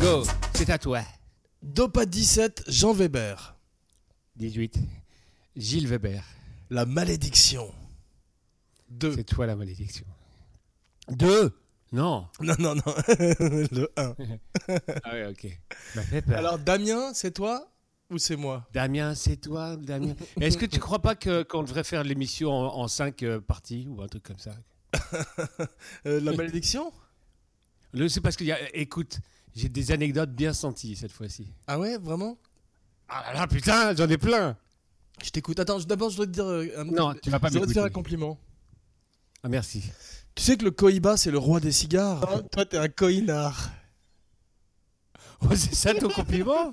Go, c'est à toi. Dopa 17, Jean Weber. 18. Gilles Weber, La malédiction. 2. c'est toi la malédiction. Deux Non. Non, non, non. le 1. Ah ouais, ok. Tu m'as fait peur. Alors, Damien, c'est toi ou c'est moi Damien, c'est toi, Damien. Est-ce que tu crois pas que- qu'on devrait faire l'émission en, en cinq euh, parties ou un truc comme ça Euh, La malédiction Le- C'est parce qu'il y a. Écoute, j'ai des anecdotes bien senties cette fois-ci. Ah ouais, vraiment Ah là là, putain, j'en ai plein Je t'écoute. Attends, je- d'abord, je dois te dire. euh, un- Non, tu vas pas je dois te faire un m'écouter. compliment. Ah, merci. Tu sais que le Cohiba, c'est le roi des cigares. Ah. toi, t'es un coïnard. Oh, c'est ça ton compliment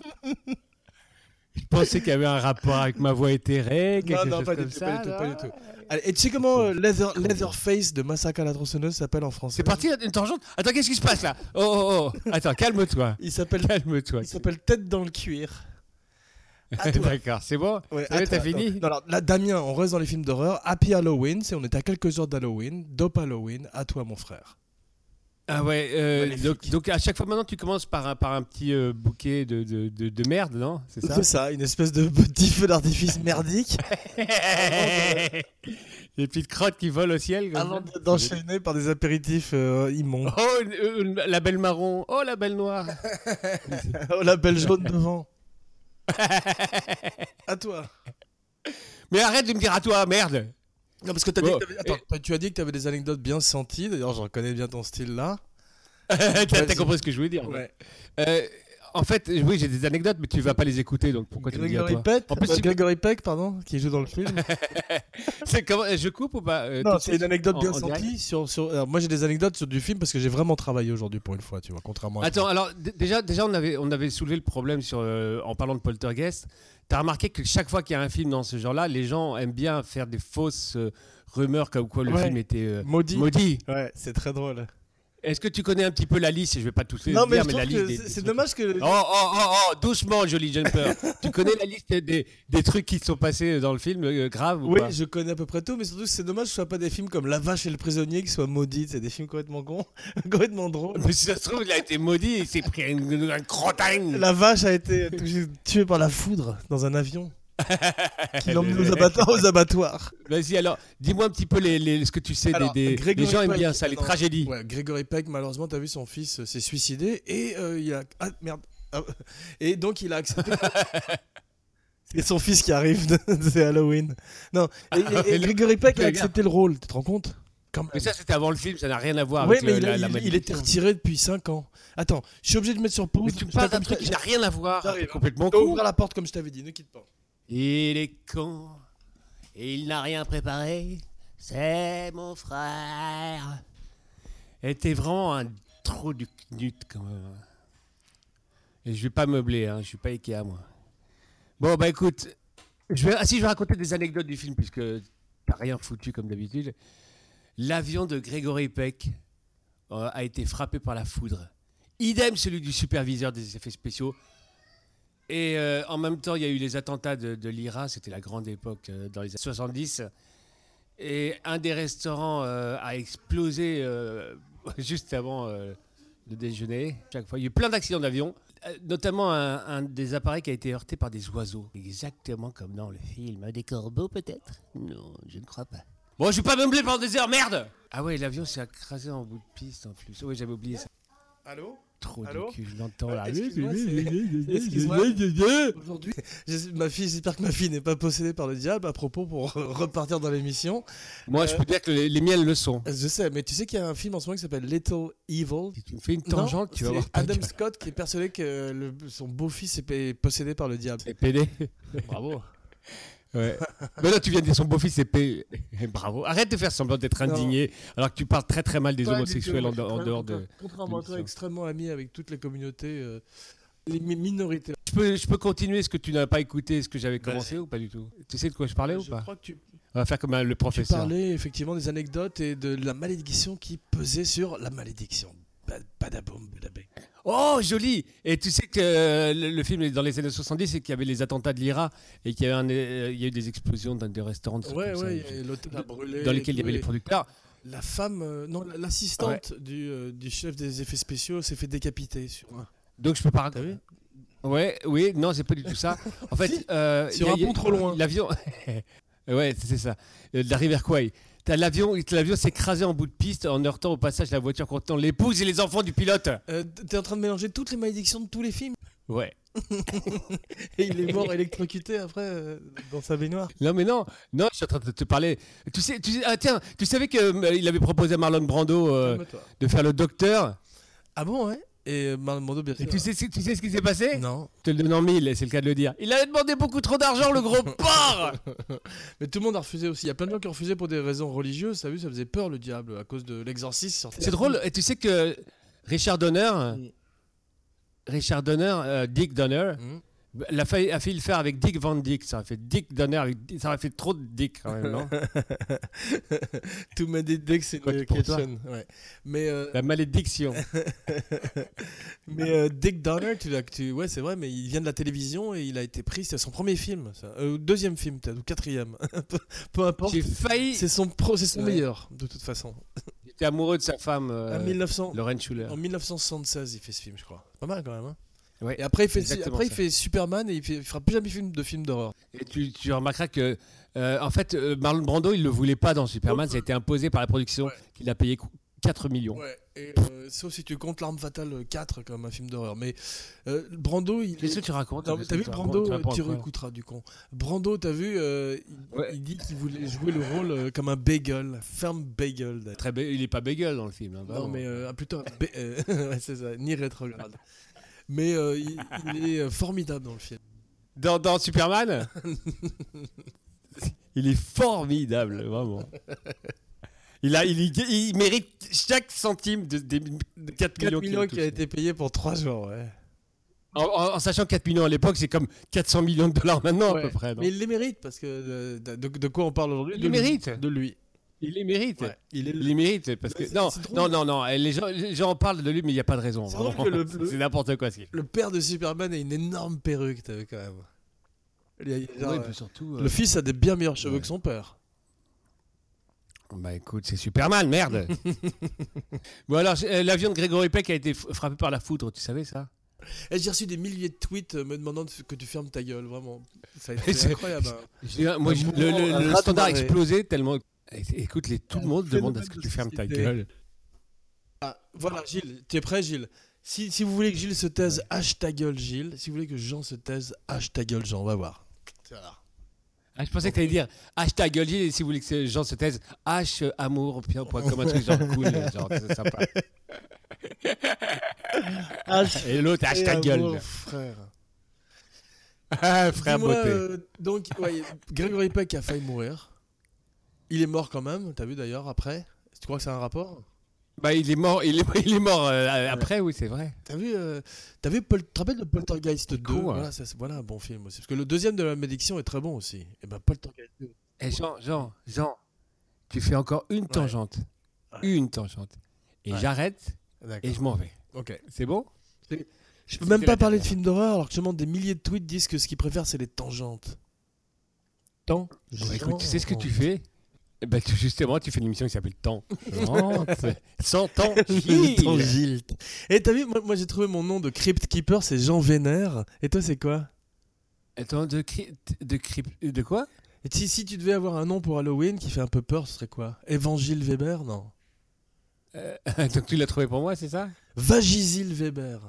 Je pensais qu'il y avait un rapport avec ma voix éthérée, quelque Non, non, chose pas du comme tout, ça, pas du tout, là. pas du tout. Allez, et tu sais comment euh, Leather- Leatherface de Massacre à la tronçonneuse s'appelle en français C'est parti, une tangente Attends, qu'est-ce qui se passe là Oh, oh, oh Attends, calme-toi. Il s'appelle Calme-toi. il s'appelle Tête dans le cuir. À toi. D'accord, c'est bon Ouais, Ça y est, à toi, t'as fini non, non, alors, là, Damien, on reste dans les films d'horreur. Happy Halloween, c'est on est à quelques jours d'Halloween. Dope Halloween, à toi, mon frère. Ah ouais, euh, Maléfique. donc, donc à chaque fois maintenant tu commences par un, par un petit euh, bouquet de, de, de- de merde, non C'est ça C'est ça, une espèce de petit feu d'artifice merdique Les petites crottes qui volent au ciel. comme avant ça. de- d'enchaîner par des apéritifs euh, immondes. Oh, une- une- la belle marron, oh la belle noire. Oh, la belle jaune devant. à toi. Mais arrête de me dire à toi, merde Non, parce que t'as dit Oh, que t'avais- attends, t'as- tu as dit que tu avais des anecdotes bien senties. D'ailleurs, je reconnais bien ton style là. T'as t'as Vas-y. compris ce que je voulais dire. Euh, en fait, oui, j'ai des anecdotes, mais tu vas pas les écouter, donc pourquoi tu me dis à Gregory toi Peck, En plus, bah, tu- Gregory Peck, pardon, qui joue dans le film. C'est comment Je coupe ou pas euh, tout non, de c'est suite une anecdote en- bien en direct sentie. Sur, sur... alors, moi, j'ai des anecdotes sur du film parce que j'ai vraiment travaillé aujourd'hui pour une fois, tu vois, contrairement à. Attends, alors d- déjà, déjà on, avait, on avait soulevé le problème sur, euh, en parlant de Poltergeist. T'as remarqué que chaque fois qu'il y a un film dans ce genre-là, les gens aiment bien faire des fausses euh, rumeurs comme quoi le Ouais. film était euh, Maudit. maudit. Ouais, c'est très drôle. Est-ce que tu connais un petit peu la liste Je vais pas tous les Non, mais, dire, je mais trouve la liste. que des- c'est- des c'est trucs- dommage que. Oh, oh, oh, oh, doucement, joli jumper. tu connais la liste des, des trucs qui se sont passés dans le film, euh, grave ou Oui, pas je connais à peu près tout, mais surtout que c'est dommage que ce soit pas des films comme La vache et le prisonnier qui soient maudits. C'est des films complètement cons, complètement drôles. Mais si ça se trouve, il a été maudit, il s'est pris une, un crottin. La vache a été touchée- tuée par la foudre dans un avion qui l'emmène Le- aux abattoirs. Aux abattoirs. Vas-y, alors, dis-moi un petit peu les, les- ce que tu sais Alors, des, des Grégory les gens aiment Peck, bien ça, les attends. tragédies. Ouais, Grégory Peck, malheureusement, t'as vu, son fils euh, s'est suicidé et euh, il a. Ah merde! Ah, et donc il a accepté. C'est son fils qui arrive, de- c'est Halloween. Non, et, et- Ah, et mais le- Grégory Peck le a gars. accepté le rôle, tu te rends compte? Quand même. Mais ça, c'était avant le film, ça n'a rien à voir Ouais, avec mais le- il, a- la, la il- il était malédiction. retiré depuis 5 ans. Attends, je suis obligé de mettre sur pause. Mais tu me Je sais pas parles d'un comme truc je qui t'a- n'a rien à voir. J'arrive. t'es complètement Je dois ouvrir con. la porte comme je t'avais dit, ne quitte pas. Il est con. Et il n'a rien préparé. C'est mon frère. Et t'es vraiment un trou du knut, quand même. hein. Et je vais pas meubler, hein. je suis pas Ikea, moi. Bon, bah écoute. Je vais... Ah si, je vais raconter des anecdotes du film, puisque t'as rien foutu comme d'habitude. L'avion de Grégory Peck euh, a été frappé par la foudre. Idem celui du superviseur des effets spéciaux. Et euh, en même temps, il y a eu les attentats de, de l'IRA, c'était la grande époque euh, dans les années 70. Et un des restaurants euh, a explosé euh, juste avant euh, le déjeuner. Chaque fois, il y a eu plein d'accidents d'avion, Euh, notamment un, un des appareils qui a été heurté par des oiseaux. Exactement comme dans le film. Des corbeaux peut-être Non, je ne crois pas. Bon, je suis pas meublé pendant des heures, merde Ah ouais, l'avion s'est écrasé en bout de piste en plus. Oui, j'avais oublié ça. Allô? Trop Allô du cul, je l'entends Euh, là. excuse-moi, c'est- excuse-moi. Aujourd'hui, j'es- ma fille, j'espère que ma fille n'est pas possédée par le diable à propos pour repartir dans l'émission. Moi, je peux dire que les, les miennes le sont. Je sais, mais tu sais qu'il y a un film en ce moment qui s'appelle Little Evil. Si tu me fais une Non, tangente, tu vas c'est voir ta Adam gueule. Scott qui est persuadé que le- son beau-fils est pa- possédé par le diable. C'est PD. Bravo. Ouais. Mais là, tu viens de dire son beau-fils est P. Eh, Bravo. Arrête de faire semblant d'être Non. indigné alors que tu parles très très mal des Pas du homosexuels tout. en, de- en Contra- dehors de. Contrairement à toi, l'émission. extrêmement ami avec toutes les communautés, euh, les mi- minorités. Je peux, je peux continuer ce que tu n'as pas écouté, ce que j'avais commencé ou pas du tout Tu sais de quoi je parlais ou Euh, je pas crois que tu, On va faire comme euh, le tu professeur. parlais effectivement des anecdotes et de la malédiction qui pesait sur la malédiction. Ba- Badaboum, badabé. Oh, joli Et tu sais que euh, le, le film est dans les années 70 et qu'il y avait les attentats de l'IRA et qu'il y, avait un, euh, il y a eu des explosions dans des restaurants de Ouais, comme ça, ouais, et l'hôtel a brûlé. dans et lesquels il y tout, avait les et- producteurs. La femme, euh, non, l'assistante du, euh, du chef des effets spéciaux s'est fait décapiter sur un. Donc je peux pas. T'as vu Ouais, oui, non, c'est pas du tout ça. En fait, Si, euh, sur y a- un y a- pont trop loin. L'avion. ouais, c'est ça. Euh, De la rivière Kwai. T'as l'avion, l'avion s'est écrasé en bout de piste en heurtant au passage la voiture contenant l'épouse et les enfants du pilote. Euh, T'es en train de mélanger toutes les malédictions de tous les films. Ouais. Et il est mort électrocuté après euh, dans sa baignoire. Non mais non, non, je suis en train de te parler. Tu sais, tu sais- ah tiens, tu savais que euh, il avait proposé à Marlon Brando euh, Calme-toi. de faire le docteur. Ah bon, ouais Et euh, Marlon Brando, bien Et sûr. tu sais, ce- tu sais ce qui s'est passé Non. Je te le donne en mille, c'est le cas de le dire. Il avait demandé beaucoup trop d'argent, le gros porc. Mais tout le monde a refusé aussi. Il y a plein de gens qui ont refusé pour des raisons religieuses. T'as vu, ça faisait peur le diable à cause de l'exorcisme. sorti- C'est drôle, et tu sais que Richard Donner, Oui. Richard Donner, euh, Dick Donner, Mhm. l'a failli- a failli le faire avec Dick Van Dyke. Ça aurait fait Dick Donner, avec- ça aurait fait trop de Dick quand même, non Too many dicks in Quoi the pour toi. kitchen. Ouais. Mais, euh, La malédiction. mais euh, Dick Donner, tu l'as, tu... ouais, c'est vrai, mais il vient de la télévision et il a été pris. C'est son premier film, ça. Euh, deuxième film, peut-être, ou quatrième. peu, peu importe. J'ai failli. C'est son, pro... c'est son Ouais. meilleur, de toute façon. J'étais amoureux de sa femme, À euh, 1900. Lorraine Schuller. En 1976, il fait ce film, je crois. Pas mal quand même. hein. Ouais, et après, il fait, exactement après il ça. fait Superman et il, fait, il fera plus jamais film de film d'horreur. Et tu, tu remarqueras que, euh, en fait, euh, Marlon Brando, il le voulait pas dans Superman. Ça a été imposé par la production Ouais. qu'il a payé 4 millions. Ouais, et, euh, sauf si tu comptes L'Arme Fatale 4 comme un film d'horreur. Mais euh, Brando, il. Qu'est-ce que tu racontes Non, mais Qu'est-ce t'as que vu tu Brando, racontes euh, Tu tu racontes quoi réécouteras du con. Brando, t'as vu, euh, il, Ouais. il dit qu'il voulait jouer le rôle euh, comme un bagel, ferme bagel. d'ailleurs. Très bé- Il est pas bégueule dans le film. hein, Non, vraiment. mais euh, ah, plutôt un ba- euh, ouais, c'est ça, ni rétrograde. Mais euh, il, il est euh, formidable dans le film. Dans, dans Superman Il est formidable, vraiment. Il, a, il, il- il mérite chaque centime de, des 4 millions, 4 qu'il millions qui a touche. été payé pour 3 jours, ouais. En, en- en sachant 4 millions à l'époque, c'est comme 400 millions de dollars maintenant à Ouais. peu près. non Mais il les mérite parce que euh, de, de- de quoi on parle aujourd'hui Il les de lui. mérite. De lui. il les mérite. Ouais, Il est Il les mérite parce que C'est- non, c'est drôle. non, non, non. eh, Les gens, les gens en parlent de lui, mais il n'y a pas de raison. C'est drôle vraiment. que le- le- C'est n'importe quoi ce qu'il. Le père de Superman a une énorme perruque, t'as vu quand même. Il y a- il y a- Ouais, genre, puis surtout. Le euh, fils a des bien meilleurs cheveux Ouais. que son père. Bah écoute, c'est Superman, merde. bon alors, j'ai- euh, l'avion de Grégory Peck a été f- frappé par la foudre. Tu savais ça Et Eh, j'ai reçu des milliers de tweets euh, me demandant de f- que tu fermes ta gueule, vraiment. Ça a été C'est- incroyable. hein. J'ai- Moi, Un je- mouvement, le, le- un le raz de standard a marée. explosé tellement. É- Écoute, les, tout le Un monde demande à ce que phénomène tu de fermes ta société. gueule. Ah, voilà, Gilles, tu es prêt, Gilles si, si vous voulez que Gilles se taise, hache ta gueule, Gilles. Si vous voulez que Jean se taise, hache ta gueule, Jean. On va voir. Ah, je pensais que t'allais dire hashtag gueule Gilles, et si vous voulez que ces gens se taisent, h amour point com, un truc genre cool, genre c'est sympa. Et l'autre hashtag gueule. frère. Ah, frère Dis-moi, beauté. euh, donc, ouais, Gregory Peck a failli mourir. Il est mort quand même, t'as vu d'ailleurs, après Tu crois que c'est un rapport Bah il est mort, il est, il est mort euh, après, oui c'est vrai. T'as vu, euh, t'as vu Pol- tu te rappelles de Poltergeist 2 con, hein. voilà, ça, c'est- voilà un bon film aussi. Parce que le deuxième de la malédiction est très bon aussi. Et ben Poltergeist 2. Et Eh, Jean, Jean, Jean, tu fais encore une tangente, Ouais. une tangente, et Ouais. j'arrête et D'accord. je m'en vais. Ok. C'est bon Je peux même C'était pas la parler de dernière. films d'horreur alors que justement des milliers de tweets disent que ce qu'ils préfèrent c'est les tangentes. Tant. Bah, écoute, tu sais ce que tu fais Eh ben, tu- justement, tu fais une émission qui s'appelle Temps. Sans temps. Gilles. Gilles. Et t'as vu, moi, moi, j'ai trouvé mon nom de Crypt Keeper, c'est Jean Vénère. Et toi c'est quoi Attends, de, cri- de, cri- de quoi Et si, si tu devais avoir un nom pour Halloween qui fait un peu peur, ce serait quoi Évangile Weber Non. Euh, Donc tu l'as trouvé pour moi, c'est ça Vagisil Weber.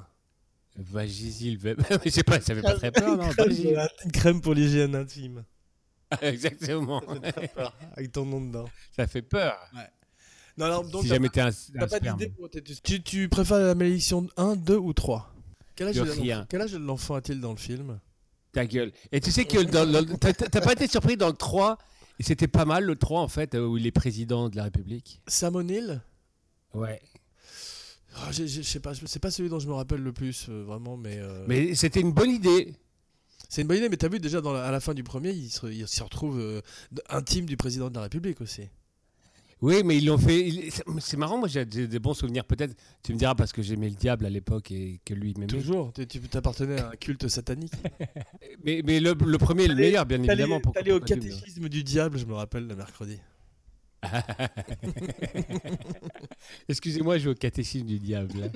Vagisil Weber. Mais je sais pas, ça fait pas très peur, non Vagisil. Une crème pour l'hygiène intime. Exactement. Avec ton nom dedans. Ça fait peur. Non, alors, donc, si t'as jamais t'es un, t'as un pas sperme. d'idée pour tes- tu, tu préfères la malédiction 1, 2 ou 3 Quel âge De de l'enfant- rien. quel âge de l'enfant a-t-il dans le film Ta gueule. Et tu sais que dans le- t'as t'as pas été surpris dans le 3 et c'était pas mal le 3 en fait euh, où il est président de la République. Sam O'Neill Ouais. Oh, j'ai- j'ai- Je sais pas, je- c'est pas celui dont je me rappelle le plus, euh, vraiment, mais. euh, Mais c'était une bonne idée. C'est une bonne idée, mais t'as vu déjà dans la- à la fin du premier, il se, il se retrouve euh, d- intime du président de la République aussi. Oui, mais ils l'ont fait. il- c'est- C'est marrant, moi j'ai des des bons souvenirs peut-être. Tu me diras parce que j'aimais le diable à l'époque et que lui m'aimait. Toujours, tu tu- t'appartenais à un culte satanique. Mais, mais le, le premier est le T'allais- meilleur, bien T'allais évidemment. pourquoi t'allais au pas deux, mais- catéchisme du diable, je me rappelle, le mercredi. Excusez-moi, je vais au catéchisme du diable. là.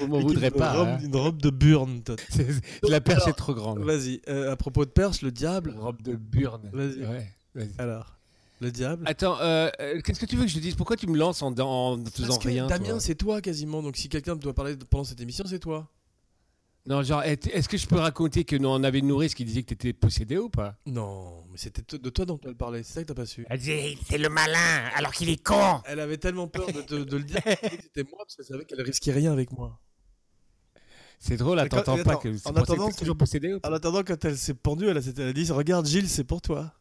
On m'en Équipe voudrait de pas. robe- hein. Une robe de burn, Todd. C'est- c'est- La perche Alors, est trop grande. Vas-y, euh, à propos de Perse, le diable. Robe de burne. Vas-y. Ouais, vas-y. Alors, le diable. Attends, euh, euh, qu'est-ce que tu veux que je te dise Pourquoi tu me lances en, dans- en faisant Parce que rien Damien, toi c'est toi quasiment, donc si quelqu'un doit parler de- pendant cette émission, c'est toi. Non, genre, est- est-ce que je peux raconter que nous on avait une nourrice qui disait que t'étais possédé ou pas Non, mais c'était t- de toi dont elle parlait, c'est ça que t'as pas su. Elle disait c'est le malin alors qu'il est con. Elle avait tellement peur de, te- de le dire qu'elle disait que c'était moi parce qu'elle savait qu'elle risquait rien avec moi. C'est drôle, Mais quand- t'entends mais pas attends, que c'est en pour ça que attendant, t'es toujours possédé ou pas En attendant, quand elle s'est pendue, elle a, elle a dit Regarde, Gilles, c'est pour toi.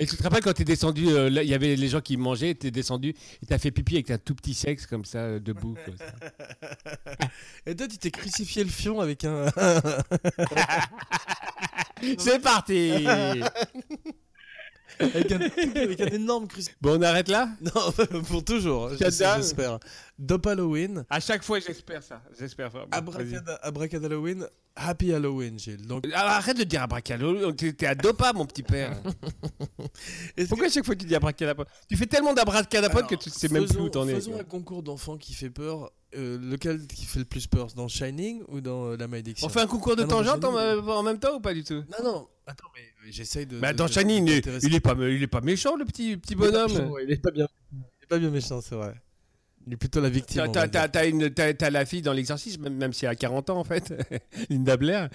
Et tu te rappelles quand t'es descendu, euh, là, il y avait les gens qui mangeaient, t'es descendu et t'as fait pipi avec un tout petit sexe comme ça euh, debout. quoi, ça. Et toi, tu t'es crucifié le fion avec un. c'est parti. avec, un... avec un énorme crucifix. bon, on arrête là. Non, pour toujours, hein, Shut down. j'espère. Dope Halloween, À chaque fois, j'espère ça. J'espère vraiment. Ah, Vas-y. abracad... abracad Halloween, Happy Halloween, Gilles. Donc, Ah, Arrête de dire abracadabra, t'es t'es à deux pas, mon petit père. Est-ce Pourquoi à chaque fois tu dis abracadabra Tu fais tellement d'abracadabra Alors, que tu sais même plus faisons- où t'en es. Faisons un concours d'enfants qui fait peur. euh, lequel qui fait le plus peur Dans Shining ou dans euh, La Malédiction On fait un concours de Ah non, tangente en, euh, Shining. en même temps ou pas du tout Non, non, attends, mais mais j'essaye de. Bah, de- dans de- Shining, il, est- d'intéressant. il est pas, il est pas méchant, le petit, petit Il est pas méchant, bonhomme. ouais, Il est pas bien. Il est pas bien méchant, c'est vrai. Il est plutôt la victime. T'as- on T'as va dire. t'as- t'as une- t'as- t'as la fille dans l'exorcisme, même, même si elle a 40 ans en fait, Linda Blair.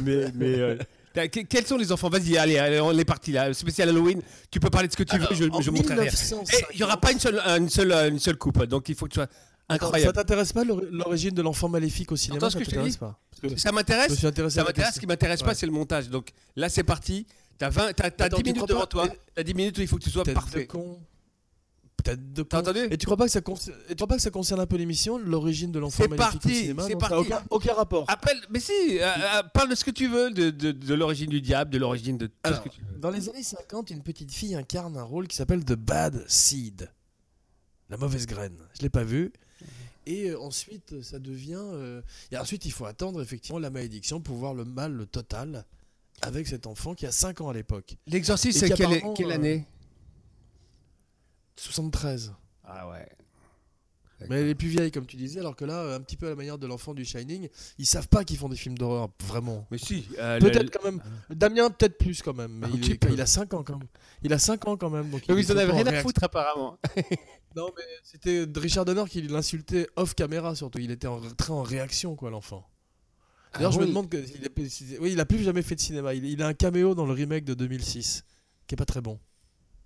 Mais, mais euh, t'as- que- quels sont les enfants Vas-y, allez, allez, on est parti là. Spécial Halloween, tu peux parler de ce que tu veux, je, En je montrerai rien. 1950, Et Eh, Il n'y aura pas une seule, une, seule, une seule coupe, donc il faut que tu sois Ça incroyable. t'intéresse pas l'ori- l'origine de l'enfant maléfique au cinéma Entends ce ça que je te t'intéresse dis pas Ça, Parce que Je m'intéresse me suis intéressé Ça à la m'intéresse. Ce qui question. m'intéresse pas, Ouais. c'est le montage. Donc là, c'est parti. T'as 20 t'as- t'as Attends, 10 tu minutes crois devant toi. pas- T'as 10 minutes où il faut que tu sois Tête de parfait. con. Tête de T'as con. entendu Et tu crois pas que ça concerne, et tu crois pas que ça concerne un peu l'émission, l'origine de l'enfant C'est maléfique au parti, cinéma c'est non, ça a parti. Aucun, aucun rapport. Appelle, mais si, euh, euh, parle de ce que tu veux, de, de- de l'origine du diable, de l'origine de tout Alors, ce que tu veux. Dans les années 50, une petite fille incarne un rôle qui s'appelle The Bad Seed. La mauvaise graine. Je l'ai pas vu. Et euh, ensuite, ça devient. euh, Et ensuite, il faut attendre effectivement la malédiction pour voir le mal le total avec cet enfant qui a 5 ans à l'époque. L'exorciste, Et c'est quelle, qu'apparemment, quelle euh, année 73. Ah ouais. Mais elle est plus vieille, comme tu disais, alors que là, euh, un petit peu à la manière de l'enfant du Shining, ils savent pas qu'ils font des films d'horreur, vraiment. Mais si. euh, le- Peut-être quand même. Damien, peut-être plus quand même. Mais Un il, petit est- peu. Ah, il a 5 ans quand même. Il a 5 ans quand même. Donc Donc il ils en est avaient encore rien à réac- foutre apparemment. Non, mais c'était Richard Donner qui l'insultait off caméra surtout. Il était en, très en réaction, quoi, l'enfant. D'ailleurs, Ah je oui. me demande. Que, il, a, si- oui, il a plus jamais fait de cinéma. Il, il a un caméo dans le remake de 2006, qui est pas très bon.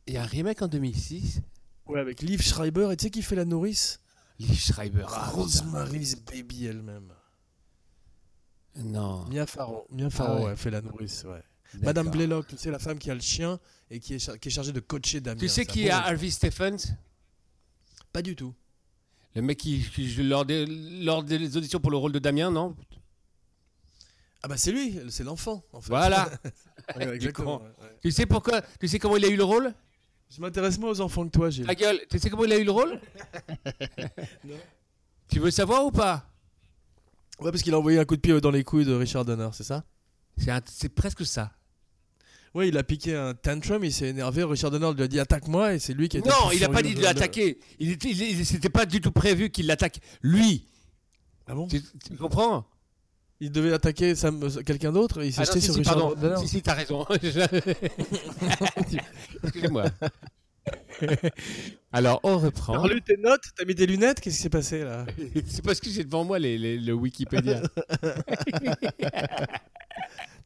Il y a un remake en 2006. Ouais, avec Liv Schreiber. Et tu sais qui fait la nourrice Liv Schreiber. Ah, Rosemary's Baby elle-même. putain. Non. Mia Farrow. Mia Farrow, ouais. Ah ouais, fait la nourrice, ouais. d'accord. Madame Blaylock, tu sais, la femme qui a le chien et qui est, char- qui est chargée de coacher Damien. Tu sais C'est un qui est bon exemple. Harvey Stephens Pas du tout. Le mec qui, qui- lors, des, lors des auditions pour le rôle de Damien, non Ah bah c'est lui, c'est l'enfant, en fait. Voilà. Ouais, Du exactement, con. ouais, ouais. tu sais pourquoi Tu sais comment il a eu le rôle Je m'intéresse moins aux enfants que toi, Gilles. Ta gueule. Tu sais comment il a eu le rôle Non. Tu veux savoir ou pas Ouais, parce qu'il a envoyé un coup de pied dans les couilles de Richard Donner, c'est ça C'est un- c'est presque ça. Ouais, il a piqué un tantrum, il s'est énervé. Richard Donner lui a dit attaque-moi et c'est lui qui a été Non, plus il n'a pas furieux dit de le- l'attaquer. Il était- il- il- C'était pas du tout prévu qu'il l'attaque. Lui, Ah bon tu, tu comprends Il devait attaquer Sam- euh, quelqu'un d'autre et il s'est Ah non, jeté si, sur si, Richard pardon. Donner. Si, si, t'as raison. Excusez-moi. Alors, on reprend. T'as relu tes notes T'as mis des lunettes Qu'est-ce qui s'est passé là C'est parce que j'ai devant moi les, les- le Wikipédia.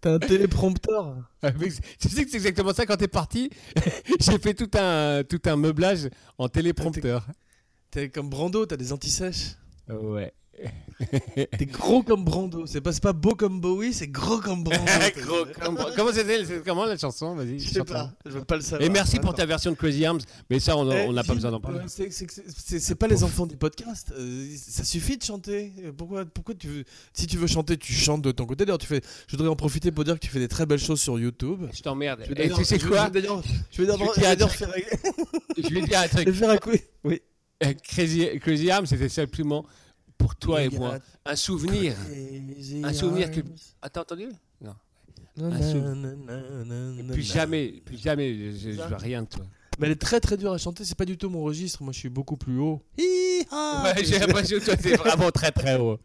T'as un téléprompteur Avec- tu sais que Ah, c'est exactement ça quand t'es parti. j'ai fait tout un, tout un meublage en téléprompteur. T'es comme Brando, t'as des antisèches Ouais. T'es gros comme Brando. C'est pas, c'est pas beau comme Bowie, c'est gros comme Brando. Gros comme- comment c'était c'est- comment la chanson Vas-y. Je sais chante-la. pas, je veux pas le savoir. Et merci pour ta version de Crazy Arms, mais ça on Eh, on n'a pas Gilles, besoin d'en parler. euh, C'est c'est- c'est- c'est- c'est pas les enfants du podcast. euh, ça suffit de chanter. Euh, Pourquoi, pourquoi tu veux. Si tu veux chanter, tu chantes de ton côté. D'ailleurs, tu fais. Je voudrais en profiter pour dire que tu fais des très belles choses sur YouTube. Je t'emmerde. Je vais Et d'ailleurs- tu sais je vais- quoi D'ailleurs, je vais Je d'abord vais dire- je vais d'ailleurs faire, Je vais dire un je vais truc. faire un coup. Oui. Euh, Crazy, Crazy Arms, c'était simplement pour toi et moi. Un souvenir. Un souvenir que- Ah, t'as entendu Non. un souvenir. Plus jamais, plus jamais, je, je vois rien de toi. Mais elle est très très dure à chanter, c'est pas du tout mon registre. Moi je suis beaucoup plus haut. Hi-ha Ah, Ouais, J'ai l'impression que toi, t'es vraiment très très haut.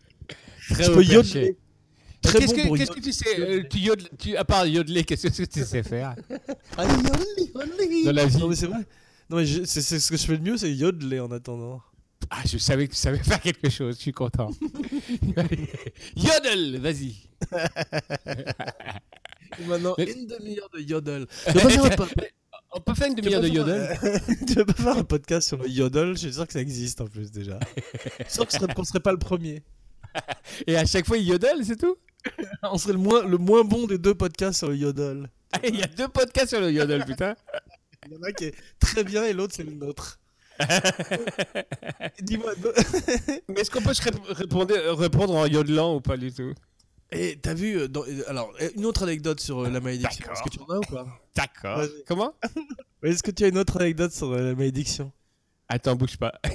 Très Je haut peux perché. yodeler. Très Qu'est-ce bon que- pour Qu'est-ce que tu sais euh, tu yodeles- tu- À part yodeler, qu'est-ce que tu sais faire dans la vie Non mais c'est vrai. Non mais je- c'est c'est ce que je fais le mieux, c'est yodeler en attendant. Ah, je savais que tu savais faire quelque chose, je suis content. Yodel, vas-y. Et maintenant Mais- une demi-heure de yodel. Tu veux pas faire un po- On peut faire une demi-heure de tu veux pas yodel faire- tu veux pas faire un podcast sur le yodel Je suis sûr que ça existe en plus déjà. Sauf qu'on serait, qu'on serait pas le premier. et à chaque fois il yodel, c'est tout On serait le moins, le moins bon des deux podcasts sur le yodel. Ah, Il y a deux podcasts sur le yodel, putain. Il y en a un qui est très bien et l'autre c'est le nôtre. Dis-moi. do- Mais est-ce qu'on peut se rép- répondre, répondre en yodelant ou pas du tout Et t'as vu euh, dans- euh, alors euh, une autre anecdote sur euh, la malédiction. D'accord. Est-ce que tu en as ou pas D'accord. Vas-y. Comment Ouais, Est-ce que tu as une autre anecdote sur euh, la malédiction Attends, bouge pas.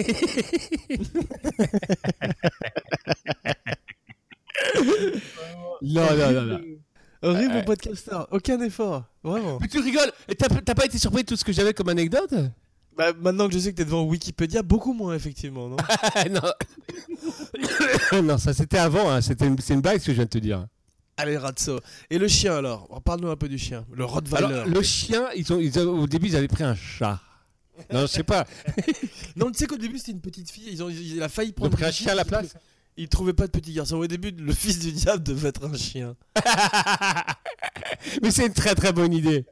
non, non, non, non. Horrible Euh, podcasteur, aucun effort, vraiment. Mais tu rigoles Et T'as t'as pas été surpris de tout ce que j'avais comme anecdote Bah, maintenant que je sais que t'es devant Wikipédia, beaucoup moins effectivement, non Ah non Non, ça c'était avant, hein. c'était une, c'est une blague ce que je viens de te dire. Allez, Ratso. Et le chien alors Oh, Parle-nous un peu du chien, le Rottweiler. Alors, le chien, ils ont, ils ont- au début ils avaient pris un chat. Non, je sais pas, Non, tu sais qu'au début c'était une petite fille, ils ont, il a failli ils ont prendre. pris un une fille, chien à la ils place. trou- Ils trouvaient pas de petit garçon. Au début, le fils du diable devait être un chien. Mais c'est une très très bonne idée.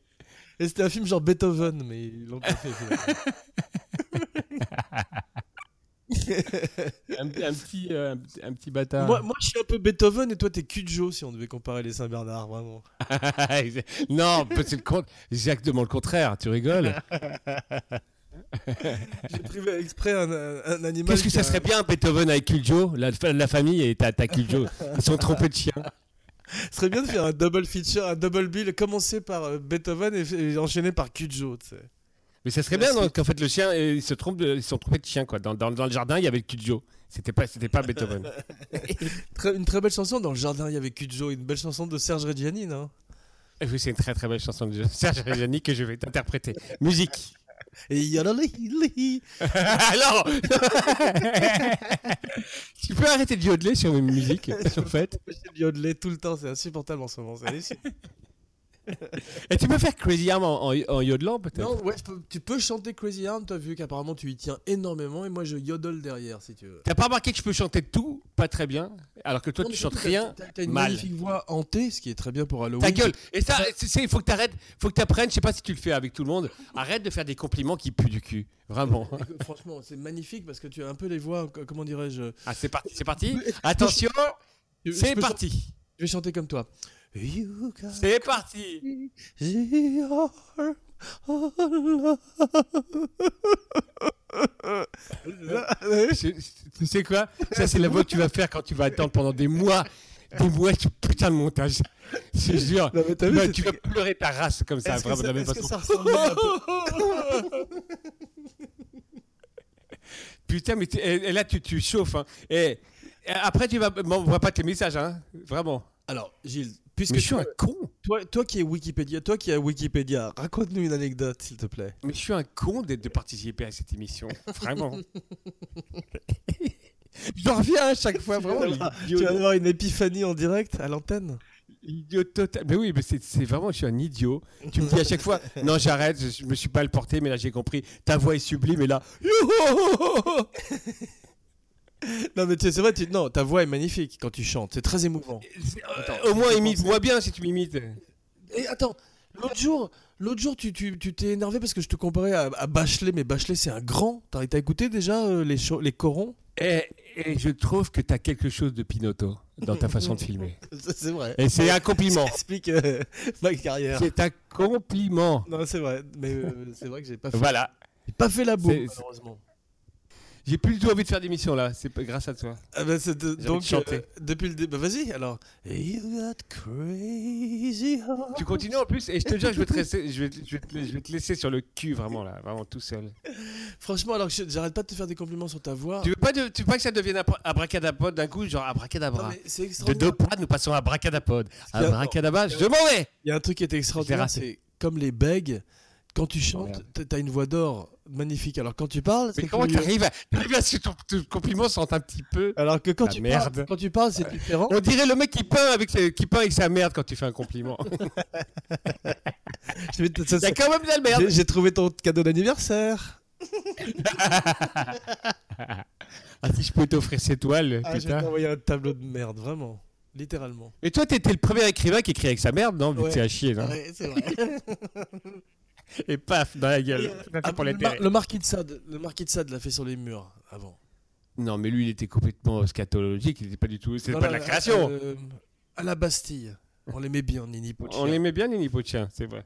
Et c'était un film genre Beethoven, mais ils l'ont pas fait. finalement. Un, un petit, euh, un, petit- un petit bâtard. moi, moi, je suis un peu Beethoven et toi, t'es Cujo si on devait comparer les Saint-Bernard, vraiment. non, c'est le con- exactement le contraire, tu rigoles. J'ai pris exprès un, un- un animal. Qu'est-ce que qui ça a- serait bien, Beethoven avec Culjo la, la famille et ta, ta Culjo. Ils sont trompés de chien. Ce serait bien de faire un double feature, un double bill, commencer par euh, Beethoven et, et enchaîner par Cujo, tu sais. Mais ça serait bien Merci. non, qu'en fait le chien, euh, ils se trompent, de- ils se sont trompés de chien quoi. Dans, dans- dans le jardin, il y avait le Culjo. C'était pas, c'était pas Beethoven. Très- une très belle chanson dans le jardin, il y avait Cujo, une belle chanson de Serge Reggiani, non Et oui, c'est une très très belle chanson de Serge Reggiani que je vais t'interpréter. Musique. Et yodelihi. Alors, tu peux arrêter de yodeler sur mes musiques, en fait. J'ai yodelé tout le temps, c'est insupportable en ce moment. c'est hallucinant. Et tu peux faire Crazy Arm en, en, en yodelant peut-être. non, ouais, je peux- tu peux chanter Crazy Arm, t'as vu qu'apparemment tu y tiens énormément et moi je yodel derrière si tu veux. T'as pas remarqué que je peux chanter tout pas très bien, alors que toi Non, mais tu chantes surtout, t'as- rien. T'as t'as une mal. magnifique voix hantée, ce qui est très bien pour Halloween. Ta gueule. Et ça, c'est- c'est- il faut que t'arrêtes, faut que t'apprennes. Je sais pas si tu le fais avec tout le monde. Arrête de faire des compliments qui puent du cul. Vraiment. Écoute, Franchement, c'est magnifique parce que tu as un peu les voix, co- comment dirais-je Ah, c'est parti, c'est parti. Attention, Je- je c'est peux chan- parti. Je vais chanter comme toi. You got C'est parti. the arm of love. Eh, Je- Tu sais quoi Ça, c'est la voix que tu vas faire quand tu vas attendre pendant des mois, des mois de putain de montage. C'est dur. Non, mais t'as Tu vu, vas- Ah c'est- Bah, tu vas pleurer ta race comme ça, Est-ce que vraiment de ça- la même est-ce façon. que ça ressemble un Putain, mais t'es- et, et là, tu, tu chauffes. hein. Et, et après, tu vas m'envoie pas tes messages, hein. Vraiment. Alors, Gilles, puisque Mais je suis toi, un con. toi, toi qui es Wikipédia, toi qui as Wikipédia, raconte-nous une anecdote, s'il te plaît. Mais je suis un con d'être de participer à cette émission. Vraiment. J'en reviens à chaque fois, vraiment. Tu vas l'idiot- Tu vas avoir une épiphanie en direct à l'antenne. Idiot total. Mais oui, mais c'est c'est vraiment, je suis un idiot. Tu me dis à chaque fois, non, j'arrête, je, je me suis pas le porté, mais là j'ai compris, ta voix est sublime, et là, youhouhouhouhou Non, mais tu sais, c'est vrai, tu- non, ta voix est magnifique quand tu chantes, c'est très émouvant. C'est- euh, Attends, au moins je imite-moi bien si tu m'imites. Et attends, l'autre jour, l'autre jour, tu tu- tu t'es énervé parce que je te comparais à, à Bachelet, mais Bachelet c'est un grand. T'as t'as écouté déjà euh, les, cho- les corons Et, et je trouve que tu as quelque chose de Pinotto dans ta façon de filmer. Ça, C'est vrai. Et c'est un compliment. Ça explique euh, ma carrière. C'est un compliment. Non, c'est vrai, mais euh, c'est vrai que j'ai pas fait, Voilà. j'ai pas fait la boue, C'est- c'est- malheureusement. J'ai plus du tout envie de faire d'émission là, c'est p- grâce à toi. Ah bah, c'est de- J'ai donc envie de chanter. euh, depuis le début, vas-y alors. You got crazy heart. Tu continues en plus, et je te jure, je vais te, laisser, je vais, te- je vais te- je vais te laisser sur le cul vraiment là, vraiment tout seul. Franchement, alors que je- j'arrête pas de te faire des compliments sur ta voix. Tu veux pas, de- tu veux pas que ça devienne abra- abracadapod d'un coup, genre Non, abracadabra mais c'est De extraordinaire. Dopad, nous passons à Bracadapod. À Bien. Bracadabra, je m'en vais Il y a un truc qui est Je l'ai extraordinaire, raté. c'est comme les bègues, quand tu chantes, Merde. t'as- t'as une voix d'or. magnifique. Alors quand tu parles, Mais c'est comment tu curieux. arrives à... t'arrives à ce que ton, ton compliment sente un petit peu... Alors que quand Ah, tu merde. parles, quand tu parles, c'est différent. On dirait le mec qui peint avec, ses- qui peint avec sa merde quand tu fais un compliment. Je vais te- ça, Il y ça- a quand même de la merde. J'ai j'ai trouvé ton cadeau d'anniversaire. Ah, si je peux t'offrir cette toile, Ah, je vais putain. t'envoyer un tableau de merde, vraiment, littéralement. Et toi, t'étais le premier écrivain qui écrit avec sa merde, non Vu que Ouais. c'est à chier, non Ouais, c'est vrai. Et paf, dans la gueule. Et, Tout à fait Ah, pour le, l'intérêt. mar- le marquis de Sade, le marquis de Sade l'a fait sur les murs avant. Non, mais lui, il était complètement scatologique. Il n'était pas du tout. C'était Non, pas non, de la euh, création. euh, à la Bastille. On l'aimait bien, Nini Pochia. on l'aimait bien, Nini Pochien, c'est vrai.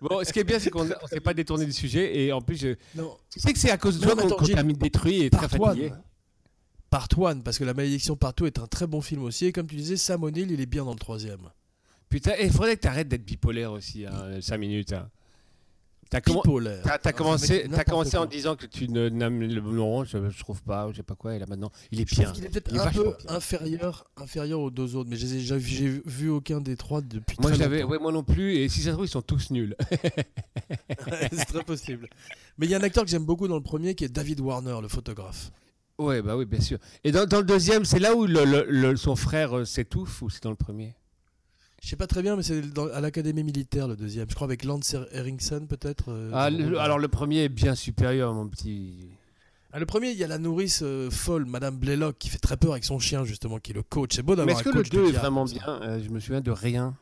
Bon, ce qui est bien, c'est qu'on ne s'est pas détourné du sujet. Et en plus, je... Non, tu sais que c'est à cause de Non, toi mais qu'on attends, qu'on Gilles, hein. termine détruit et très fatigué. Partoine. Partoine, parce que La Malédiction Partout est un très bon film aussi. Et comme tu disais, Sam O'Neill, il est bien dans le troisième. Putain, il faudrait que tu arrêtes d'être bipolaire aussi, 5 minutes. hein. T'as comment- Bipolaire. Ah, T'as t'as Un mec commencé, qui t'as n'importe commencé en quoi. disant que tu ne n'aimes le non, je, je trouve pas, je sais pas quoi, et là maintenant, il est Je trouve bien. qu'il est peut-être Il est un vachement peu bien. inférieur, inférieur aux deux autres, mais j'ai j'ai- j'ai vu aucun des trois depuis Moi, très j'avais, longtemps. ouais, moi non plus, et si ça se trouve, ils sont tous nuls. C'est très possible. Mais il y a un acteur que j'aime beaucoup dans le premier qui est David Warner, le photographe. ouais, bah oui, bien sûr. Et dans, dans le deuxième, c'est là où le, le- le- son frère euh, s'étouffe, ou c'est dans le premier Je sais pas très bien, mais c'est dans- à l'Académie militaire le deuxième. Je crois avec Lance Her- Henriksen peut-être. euh, Ah, dans le le- rôle. Alors, le premier est bien supérieur, mon petit. Ah, le premier, il y a la nourrice euh, folle, Madame Blaylock, qui fait très peur avec son chien justement, qui est le coach. C'est beau Mais d'avoir est-ce un que coach. le 2 de est diable, vraiment comme ça. bien Euh, Je me souviens de rien.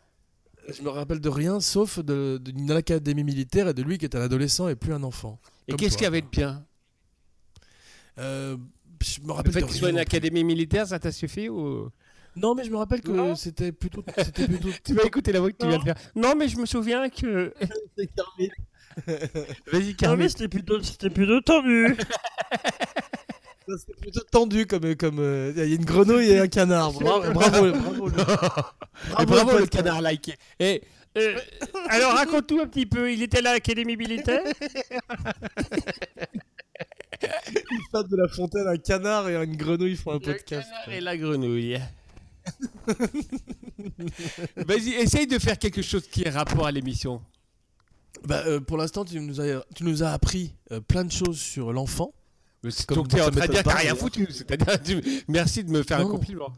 Je me rappelle de rien sauf de, de, de l'Académie militaire et de lui qui est un adolescent et plus un enfant. Et Comme qu'est-ce toi. qu'il y avait de bien Euh, je me Le rappelle fait de qu'il soit rien une non plus. académie militaire, ça t'a suffi ou... Non, mais je me rappelle que Non. c'était plutôt. C'était plutôt. Tu vas écouter la voix que tu Non. viens de faire. Non, mais je me souviens que. Vas-y, Non, mais Carmine. c'était plutôt, c'était plutôt tendu. C'était plutôt tendu comme. comme euh, il y a une grenouille et un canard. Bravo, bravo, bravo. le- Et bravo, Ah, bravo, le podcast. canard liké. Et euh, alors raconte-nous un petit peu. Il était là à l'Académie militaire. Fade de la fontaine, un canard et une grenouille font un podcast. et la grenouille. Vas-y, essaye de faire quelque chose qui ait rapport à l'émission. Bah, euh, pour l'instant, tu nous as, tu nous as appris euh, plein de choses sur l'enfant. Comme Donc t'es ça en train de m'étonne dire que t'as pas, rien mais- foutu. C'est-à-dire, tu- merci de me faire un Non. compliment.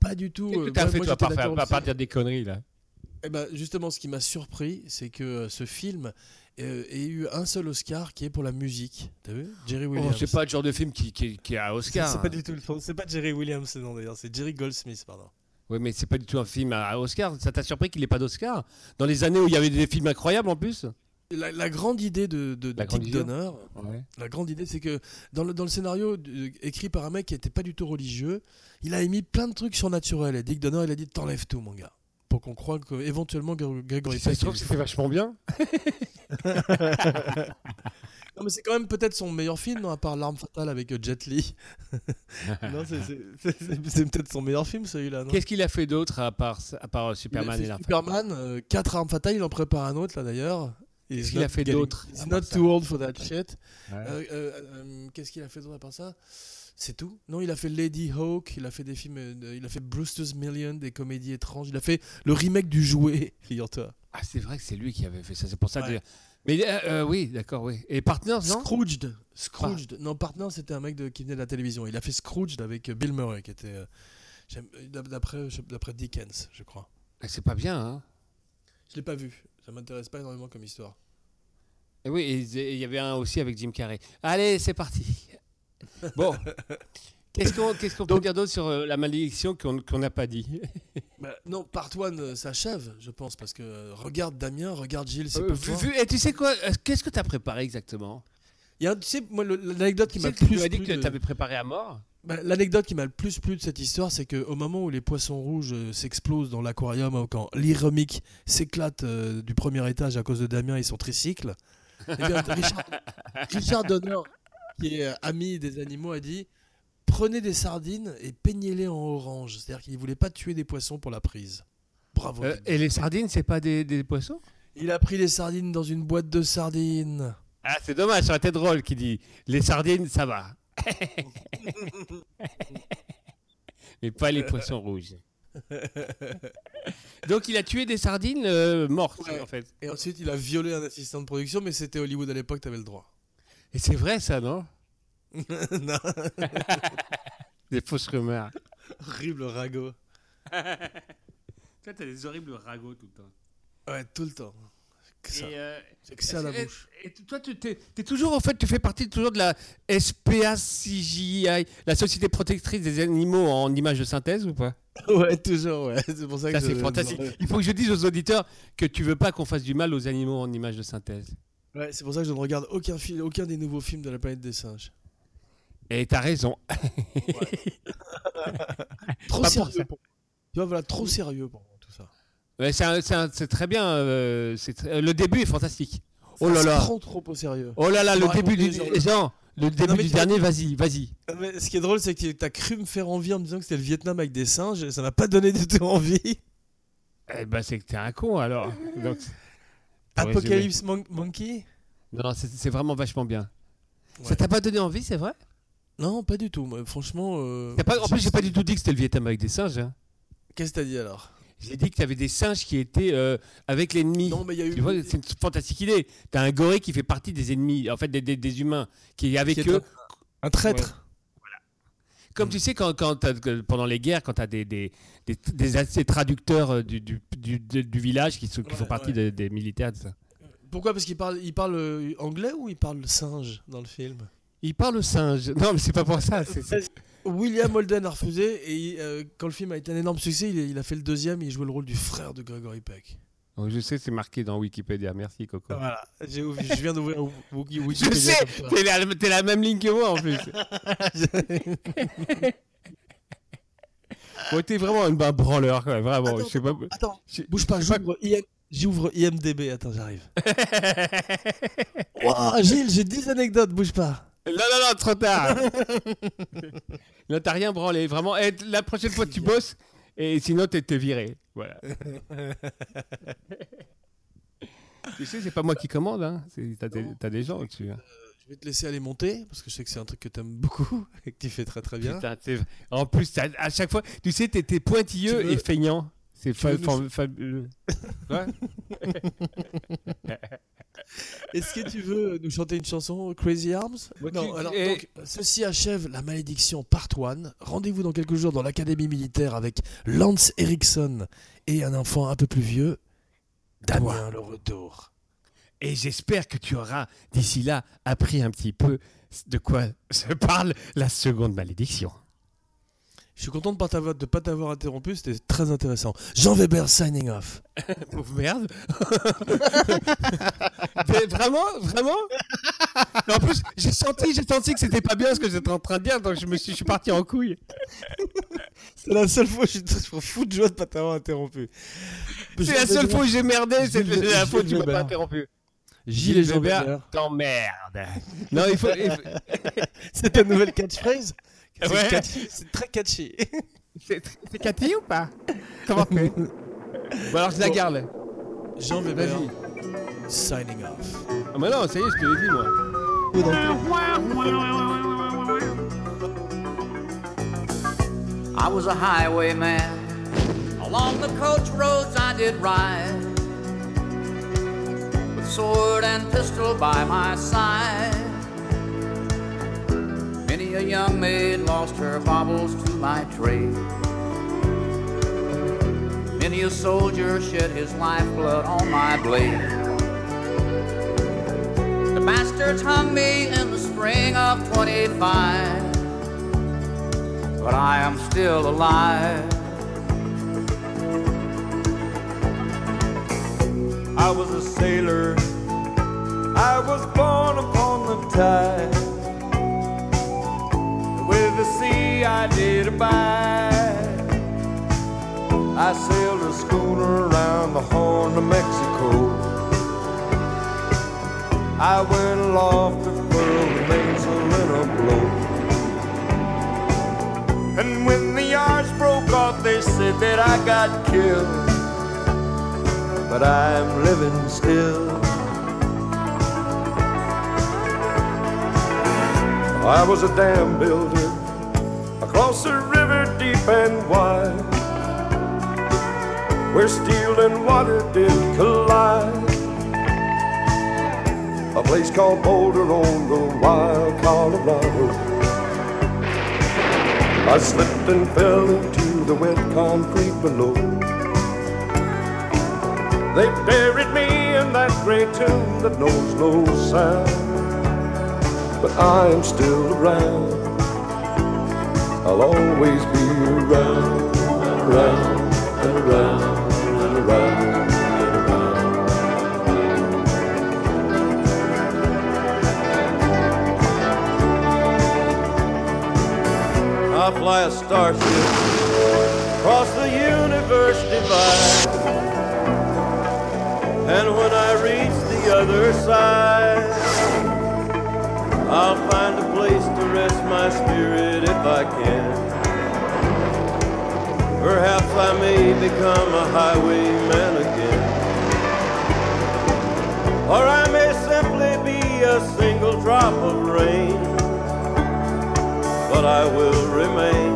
Pas du tout. Qu'est-ce euh, que t'as moi- fait moi, toi, à j'étais part faire- d'accord à part aussi. dire des conneries là Eh ben, justement, ce qui m'a surpris, c'est que euh, ce film euh, ait eu un seul Oscar qui est pour la musique. T'as vu Jerry Oh, Williams. C'est pas le genre de film qui, qui, qui a Oscar. C'est pas du tout le fond. C'est pas Jerry Williams, non d'ailleurs. C'est Jerry Goldsmith, pardon. Oui, mais c'est pas du tout un film à à Oscar. Ça t'a surpris qu'il n'ait pas d'Oscar Dans les années où il y avait des films incroyables en plus La, la grande idée de, de La grande Dick idée. Donner, la grande idée, c'est que dans le, dans le scénario euh, écrit par un mec qui n'était pas du tout religieux, il a émis plein de trucs surnaturels. Et Dick Donner, il a dit T'enlèves tout, mon gars. Pour qu'on croie que éventuellement Gr- Gregory Si ça Peck. se trouve, c'était vachement bien. Non, mais c'est quand même peut-être son meilleur film, non, à part L'Arme Fatale avec euh, Jet Li. non, c'est- c'est- c'est c'est- c'est peut-être son meilleur film, celui-là. non Qu'est-ce qu'il a fait d'autre à part, à part euh, Il a Superman fait et la Superman, euh, quatre armes fatales, il en prépare un autre là d'ailleurs. Et Qu'est-ce it's qu'il a not fait getting- d'autre, à It's part not ça too old for that shit. Ouais. Euh, euh, euh, Qu'est-ce qu'il a fait d'autre à part ça C'est tout Non, il a fait Lady Hawk, il a fait des films, euh, de- il a fait Brewster's Million, des comédies étranges, il a fait le remake du jouet, figure-toi. Ah, c'est vrai que c'est lui qui avait fait ça. C'est pour ça Ouais. que. Mais euh, euh, oui, d'accord, oui. Et Partners, non Scrooged Scrooged Non, Partner, c'était un mec de, qui venait de la télévision. Il a fait Scrooged avec euh, Bill Murray, qui était. euh, j'aime- euh, d'ap- D'après je- d'après Dickens, je crois. Ah, C'est pas bien, hein Je l'ai pas vu, ça m'intéresse pas énormément comme histoire. Et oui, et- et il y avait un aussi avec Jim Carrey. Allez, c'est parti. Bon. Qu'est-ce qu'on qu'est-ce qu'on peut Donc- dire d'autre sur euh, la malédiction qu'on qu'on n'a pas dit Bah, non, Part One euh, s'achève, je pense, parce que euh, regarde Damien, regarde Gilles, c'est Euh, pas vu, toi. vu- Et tu sais quoi euh, Qu'est-ce que t'as préparé exactement Il y a un- tu sais, moi, le- l'anecdote qui Tu m'a sais le que tu plus m'as dit plu que de- t'avais préparé à mort. bah, l'anecdote qui m'a le plus plu de cette histoire, c'est que au moment où les poissons rouges euh, s'explosent dans l'aquarium, hein, quand l'Iromic s'éclate euh, du premier étage à cause de Damien et son tricycle, eh bien, Richard, Richard Donner, qui est euh, ami des animaux, a dit prenez des sardines et peignez-les en orange. C'est-à-dire qu'il ne voulait pas tuer des poissons pour la prise. Bravo. Euh, et les sardines, c'est pas des, des poissons Il a pris les sardines dans une boîte de sardines. Ah, c'est dommage, ça aurait été drôle qui dit les sardines, ça va. Mais pas les poissons rouges. Donc il a tué des sardines euh, mortes Ouais. en fait. Et ensuite, il a violé un assistant de production, mais c'était Hollywood à l'époque, t'avais le droit. Et c'est vrai ça, non Non, Des fausses rumeurs. horrible ragot. Toi, t'as des horribles ragots tout le temps. Ouais, tout le temps. Que ça. Et, euh, C'est que ça à la et- bouche. Et, toi, tu t'es t'es toujours, en fait, tu fais partie toujours de la SPACJI, la Société Protectrice des Animaux en images de synthèse ou pas Ouais, toujours, ouais. C'est pour ça que Ça, c'est je- fantastique. Il faut que je dise aux auditeurs que tu veux pas qu'on fasse du mal aux animaux en images de synthèse. Ouais, c'est pour ça que je ne regarde aucun, film, aucun des nouveaux films de la planète des singes. Et t'as raison. Trop Pas pour sérieux. Pour Tu vois, voilà, trop sérieux pour moi, tout ça. Ouais, c'est un- c'est un- c'est très bien. euh, c'est tr- euh, le début est fantastique. Oh là Ça se là. prend trop au sérieux. Oh là là, le Bon, début du. racontez-les, Jean, le mais début du tu vois- dernier, vas-y, vas-y. Mais ce qui est drôle, c'est que t'as cru me faire envie en me disant que c'était le Vietnam avec des singes. et Ça m'a pas donné du tout envie. Eh ben, c'est que t'es un con alors. Donc, Pour Apocalypse Mon- Monkey non, c'est c'est vraiment vachement bien. Ouais. Ça t'a pas donné envie, c'est vrai Non, pas du tout. moi, franchement. euh, T'as pas- En plus, j'ai pas du tout dit que c'était le Vietnam avec des singes. hein. Qu'est-ce que t'as dit alors J'ai dit que t'avais des singes qui étaient euh, avec l'ennemi. Non, mais il y a eu. Tu vois, c'est une fantastique idée. T'as un gorille qui fait partie des ennemis, en fait, des, des- des humains, qui est avec qui est eux. un- Un traître. Comme tu sais, quand, quand t'as- que pendant les guerres, quand tu as des, des, des, des- des traducteurs euh, du, du, du- de- du village qui, sont, qui Ouais, font partie de- des militaires, tout ça. Pourquoi Parce qu'il parle, il parle euh, anglais ou il parle singe dans le film Il parle au singe. Non, mais c'est pas pour ça. c'est- c'est- William Holden a refusé et euh, quand le film a été un énorme succès, il, il a fait le deuxième et il jouait le rôle du frère de Gregory Peck. Oh, je sais, c'est marqué dans Wikipédia. Merci, Coco. Ah, Voilà, j'ai ouvi- je viens d'ouvrir Wiki- Wiki- Je Wikipédia. sais, comme ça. t'es la, t'es la même ligne que moi en plus. ouais, t'es vraiment un, un branleur, quoi, vraiment. Attends, je sais pas. Attends, je- bouge pas, j'ouvre IM j'ouvre IMDB. Attends, j'arrive. Waouh, Gilles, j'ai 10 anecdotes, bouge pas. Non, non, non, trop tard. non, t'as rien branlé. Vraiment, Eh, la prochaine fois, tu bosses et sinon, t'es t'es viré. Voilà. tu sais, c'est pas moi qui commande. Hein. C'est- T'as des, t'as des gens au-dessus. hein. Je vais te laisser aller monter parce que je sais que c'est un truc que t'aimes beaucoup et que tu fais très très bien. Putain, c'est- en plus, t'as- à chaque fois, tu sais, t'es t'es pointilleux Tu veux- et feignant. C'est Tu veux fa- nous- fa- fabuleux. Quoi Est-ce que tu veux nous chanter une chanson Crazy Arms Ouais, Non, tu- alors et- donc, ceci achève la malédiction part 1. Rendez-vous dans quelques jours dans l'académie militaire avec Lance Erickson et un enfant un peu plus vieux, Damien le retour. Et j'espère que tu auras, d'ici là, appris un petit peu de quoi se parle la seconde malédiction. Je suis content de pas t'avoir- de pas t'avoir interrompu, c'était très intéressant. Jean Weber signing off. Pauvre Oh, merde. Mais vraiment, vraiment. Et en plus, j'ai senti, j'ai senti que c'était pas bien ce que j'étais en train de dire, donc je me suis, je suis parti en couille. C'est la seule fois où je suis je me fous de joie de pas t'avoir interrompu. C'est la seule fois où j'ai merdé, c'est Gilles- la fois où tu Gilles m'as pas Weber. interrompu. Gilles et Gilles Jean Weber. Weber. T'emmerdes. Non, il faut. il faut- C'est ta nouvelle catchphrase C'est Ouais. catchy, C'est très catchy. C'est c'est Cathy ou pas Comment on fait Bon alors je la Bon. garde. Jean Weber Vas-y. signing off. Ah bah non, ça y est, je te l'ai dit moi. I was a highwayman. Along the coach roads I did ride, with sword and pistol by my side. Many a young maid lost her baubles to my trade. Many a soldier shed his lifeblood on my blade. The bastards hung me in the spring of 25 but I am still alive. I was a sailor. I was born upon the tide. With the sea I did abide. I sailed a schooner around the Horn of Mexico. I went aloft to furl the mainsail in a blow. And when the yards broke off, they said that I got killed but I'm living still. I was a dam builder across the river deep and wide, where steel and water did collide. a place called Boulder on the wild Colorado. I slipped and fell into the wet concrete below. They buried me in that great tomb that knows no sound, but I am still around. I'll always be around, around, and around, and around, and around. I fly a starship across the universe divide. And when I reach the other side, I'll find a place to rest my spirit if I can. Perhaps I may become a highwayman again. Or I may simply be a single drop of rain but I will remain.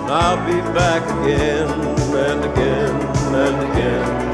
And I'll be back again and again and again.